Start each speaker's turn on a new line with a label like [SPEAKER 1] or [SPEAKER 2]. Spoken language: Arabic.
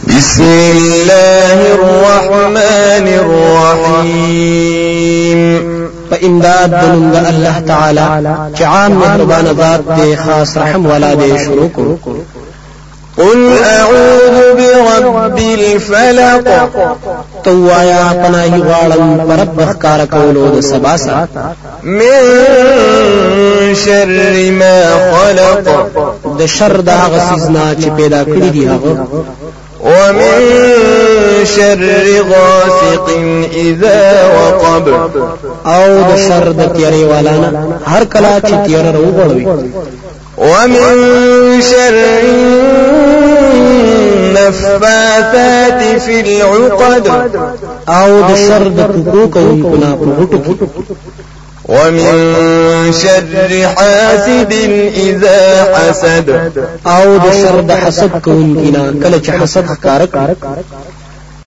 [SPEAKER 1] بسم الله الرحمن الرحيم
[SPEAKER 2] په امداد د نوم د الله تعالی چې عام مهربان ذات دی خاص رحم والا دی شروع کړو
[SPEAKER 1] قل أعوذ برب الفلق
[SPEAKER 2] تو آیا پناهي غواړم پر رب ښکار کولو د سبا سره
[SPEAKER 1] من شر ما خلق
[SPEAKER 2] د شر د هغه سيزنا چې پیدا کړی دی هغه
[SPEAKER 1] ومن شر غاسق إذا وقب
[SPEAKER 2] او د شر د تیارې والانا هر کله چې تیار راوغړوي
[SPEAKER 1] ومن شر النفاثات في العقد
[SPEAKER 2] او د شر د ټکو کوونکو نه په غټو کې
[SPEAKER 1] ومن شر حاسد إذا حسد
[SPEAKER 2] او د شر د حسد کوونکو نه کله چې حسد ښکار کوي